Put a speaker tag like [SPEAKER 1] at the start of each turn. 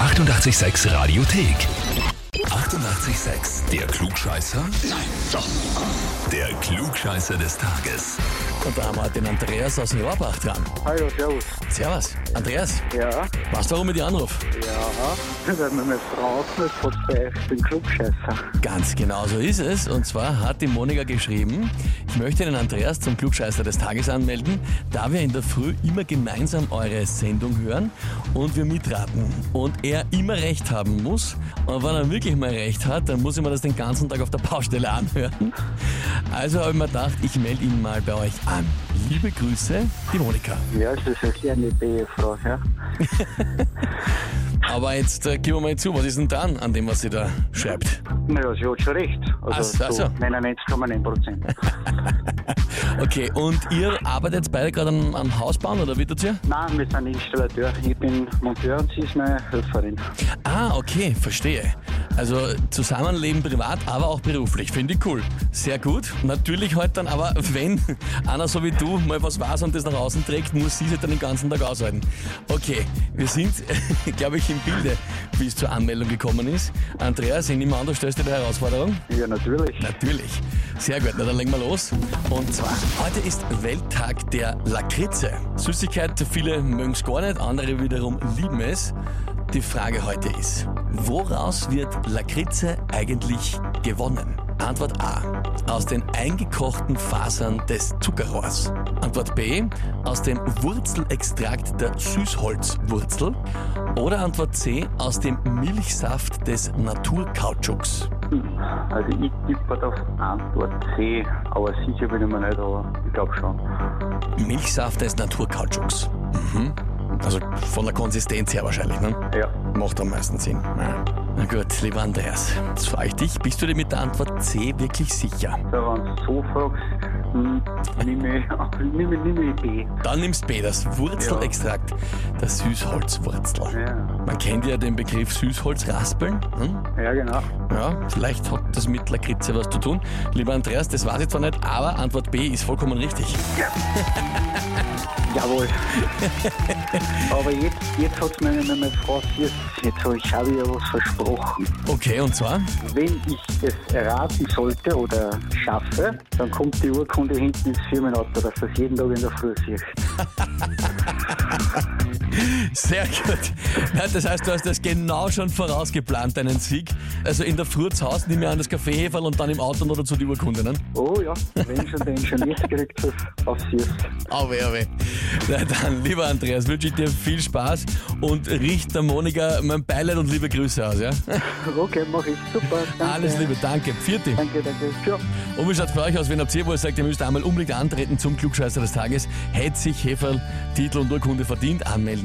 [SPEAKER 1] 886 Radiothek. 88,6. Der Klugscheißer? Nein, doch. Der Klugscheißer des Tages.
[SPEAKER 2] Und da haben wir den Andreas aus Rohrbach dran.
[SPEAKER 3] Hallo, servus.
[SPEAKER 2] Servus. Andreas,
[SPEAKER 3] Ja,
[SPEAKER 2] weißt du, warum ich dich anrufe?
[SPEAKER 3] ja. Wenn man meine Frau nicht verzweifelt, den Klugscheißer.
[SPEAKER 2] Ganz genau so ist es. Und zwar hat die Monika geschrieben, ich möchte den Andreas zum Klugscheißer des Tages anmelden, da wir in der Früh immer gemeinsam eure Sendung hören und wir mitraten. Und er immer recht haben muss. Und wenn er wirklich mal recht hat, dann muss ich mir das den ganzen Tag auf der Baustelle anhören. Also habe ich mir gedacht, ich melde ihn mal bei euch an. Liebe Grüße, die Monika.
[SPEAKER 3] Ja, das ist ja eine B-Frau, ja.
[SPEAKER 2] Aber jetzt äh, gehen wir mal zu, was ist denn dran an dem, was sie da schreibt?
[SPEAKER 3] Naja, sie hat schon recht. Also,
[SPEAKER 2] Ach so, ach so.
[SPEAKER 3] 99,9 Prozent.
[SPEAKER 2] Okay, und ihr arbeitet beide gerade am, am Hausbauen oder wie tut's ihr?
[SPEAKER 3] Nein, wir sind Installateur. Ich bin Monteur und sie ist meine Helferin.
[SPEAKER 2] Ah, okay, verstehe. Also Zusammenleben privat, aber auch beruflich. Finde ich cool. Sehr gut. Natürlich heute dann aber, wenn einer so wie du mal was weiß und das nach außen trägt, muss sie es dann den ganzen Tag aushalten. Okay, wir sind, glaube ich, im Bilde, wie es zur Anmeldung gekommen ist. Andreas, ich nehme an, du stellst dir die Herausforderung.
[SPEAKER 3] Ja, natürlich.
[SPEAKER 2] Natürlich. Sehr gut, na dann legen wir los. Und zwar, heute ist Welttag der Lakritze. Süßigkeit, viele mögen es gar nicht, andere wiederum lieben es. Die Frage heute ist, woraus wird Lakritze eigentlich gewonnen? Antwort A. Aus den eingekochten Fasern des Zuckerrohrs. Antwort B. Aus dem Wurzelextrakt der Süßholzwurzel. Oder Antwort C. Aus dem Milchsaft des Naturkautschuks.
[SPEAKER 3] Also, ich tippe auf Antwort C, aber sicher bin ich mir nicht, aber ich glaube schon.
[SPEAKER 2] Milchsaft des Naturkautschuks. Mhm. Also von der Konsistenz her wahrscheinlich, ne?
[SPEAKER 3] Ja.
[SPEAKER 2] Macht am meisten Sinn. Ja. Na gut, lieber Andreas, jetzt frage ich dich, bist du dir mit der Antwort C wirklich sicher?
[SPEAKER 3] So, wenn du so fragst, hm, nehme ich, nehme, nehme ich B.
[SPEAKER 2] Dann nimmst B, das Wurzelextrakt, das Süßholzwurzel.
[SPEAKER 3] Ja,
[SPEAKER 2] Man kennt ja den Begriff Süßholzraspeln. Hm?
[SPEAKER 3] ja genau.
[SPEAKER 2] Ja, vielleicht hat das mit Lakritze was zu tun. Lieber Andreas, das weiß ich zwar nicht, aber Antwort B ist vollkommen richtig.
[SPEAKER 3] Jawohl. Aber jetzt, jetzt hat es meine, meine Frau jetzt, jetzt habe ich, hab ich ja was versprochen.
[SPEAKER 2] Okay, und zwar?
[SPEAKER 3] Wenn ich es erraten sollte oder schaffe, dann kommt die Urkunde hinten ins Firmenauto, dass das jeden Tag in der Früh siehst.
[SPEAKER 2] Sehr gut. Na, das heißt, du hast das genau schon vorausgeplant, deinen Sieg. Also in der Früh zu Hause, nimm mir an das Kaffeeheferl und dann im Auto noch dazu die Urkunde. Ne?
[SPEAKER 3] Oh ja, wenn schon, den schon jetzt gekriegt hast, auf siehst.
[SPEAKER 2] Auwe, auwe. Na dann, lieber Andreas, wünsche ich dir viel Spaß und richte der Monika mein Beileid und liebe Grüße aus. Ja?
[SPEAKER 3] Okay, mach ich. Super. Danke.
[SPEAKER 2] Alles Liebe, danke. Vierte.
[SPEAKER 3] Danke, danke. Ciao.
[SPEAKER 2] Und wie schaut's bei euch aus, wenn habt ihr, wo ihr sagt, ihr müsst einmal unbedingt antreten zum Klugscheißer des Tages? Hätte sich Heferl Titel und Urkunde verdient, anmelden,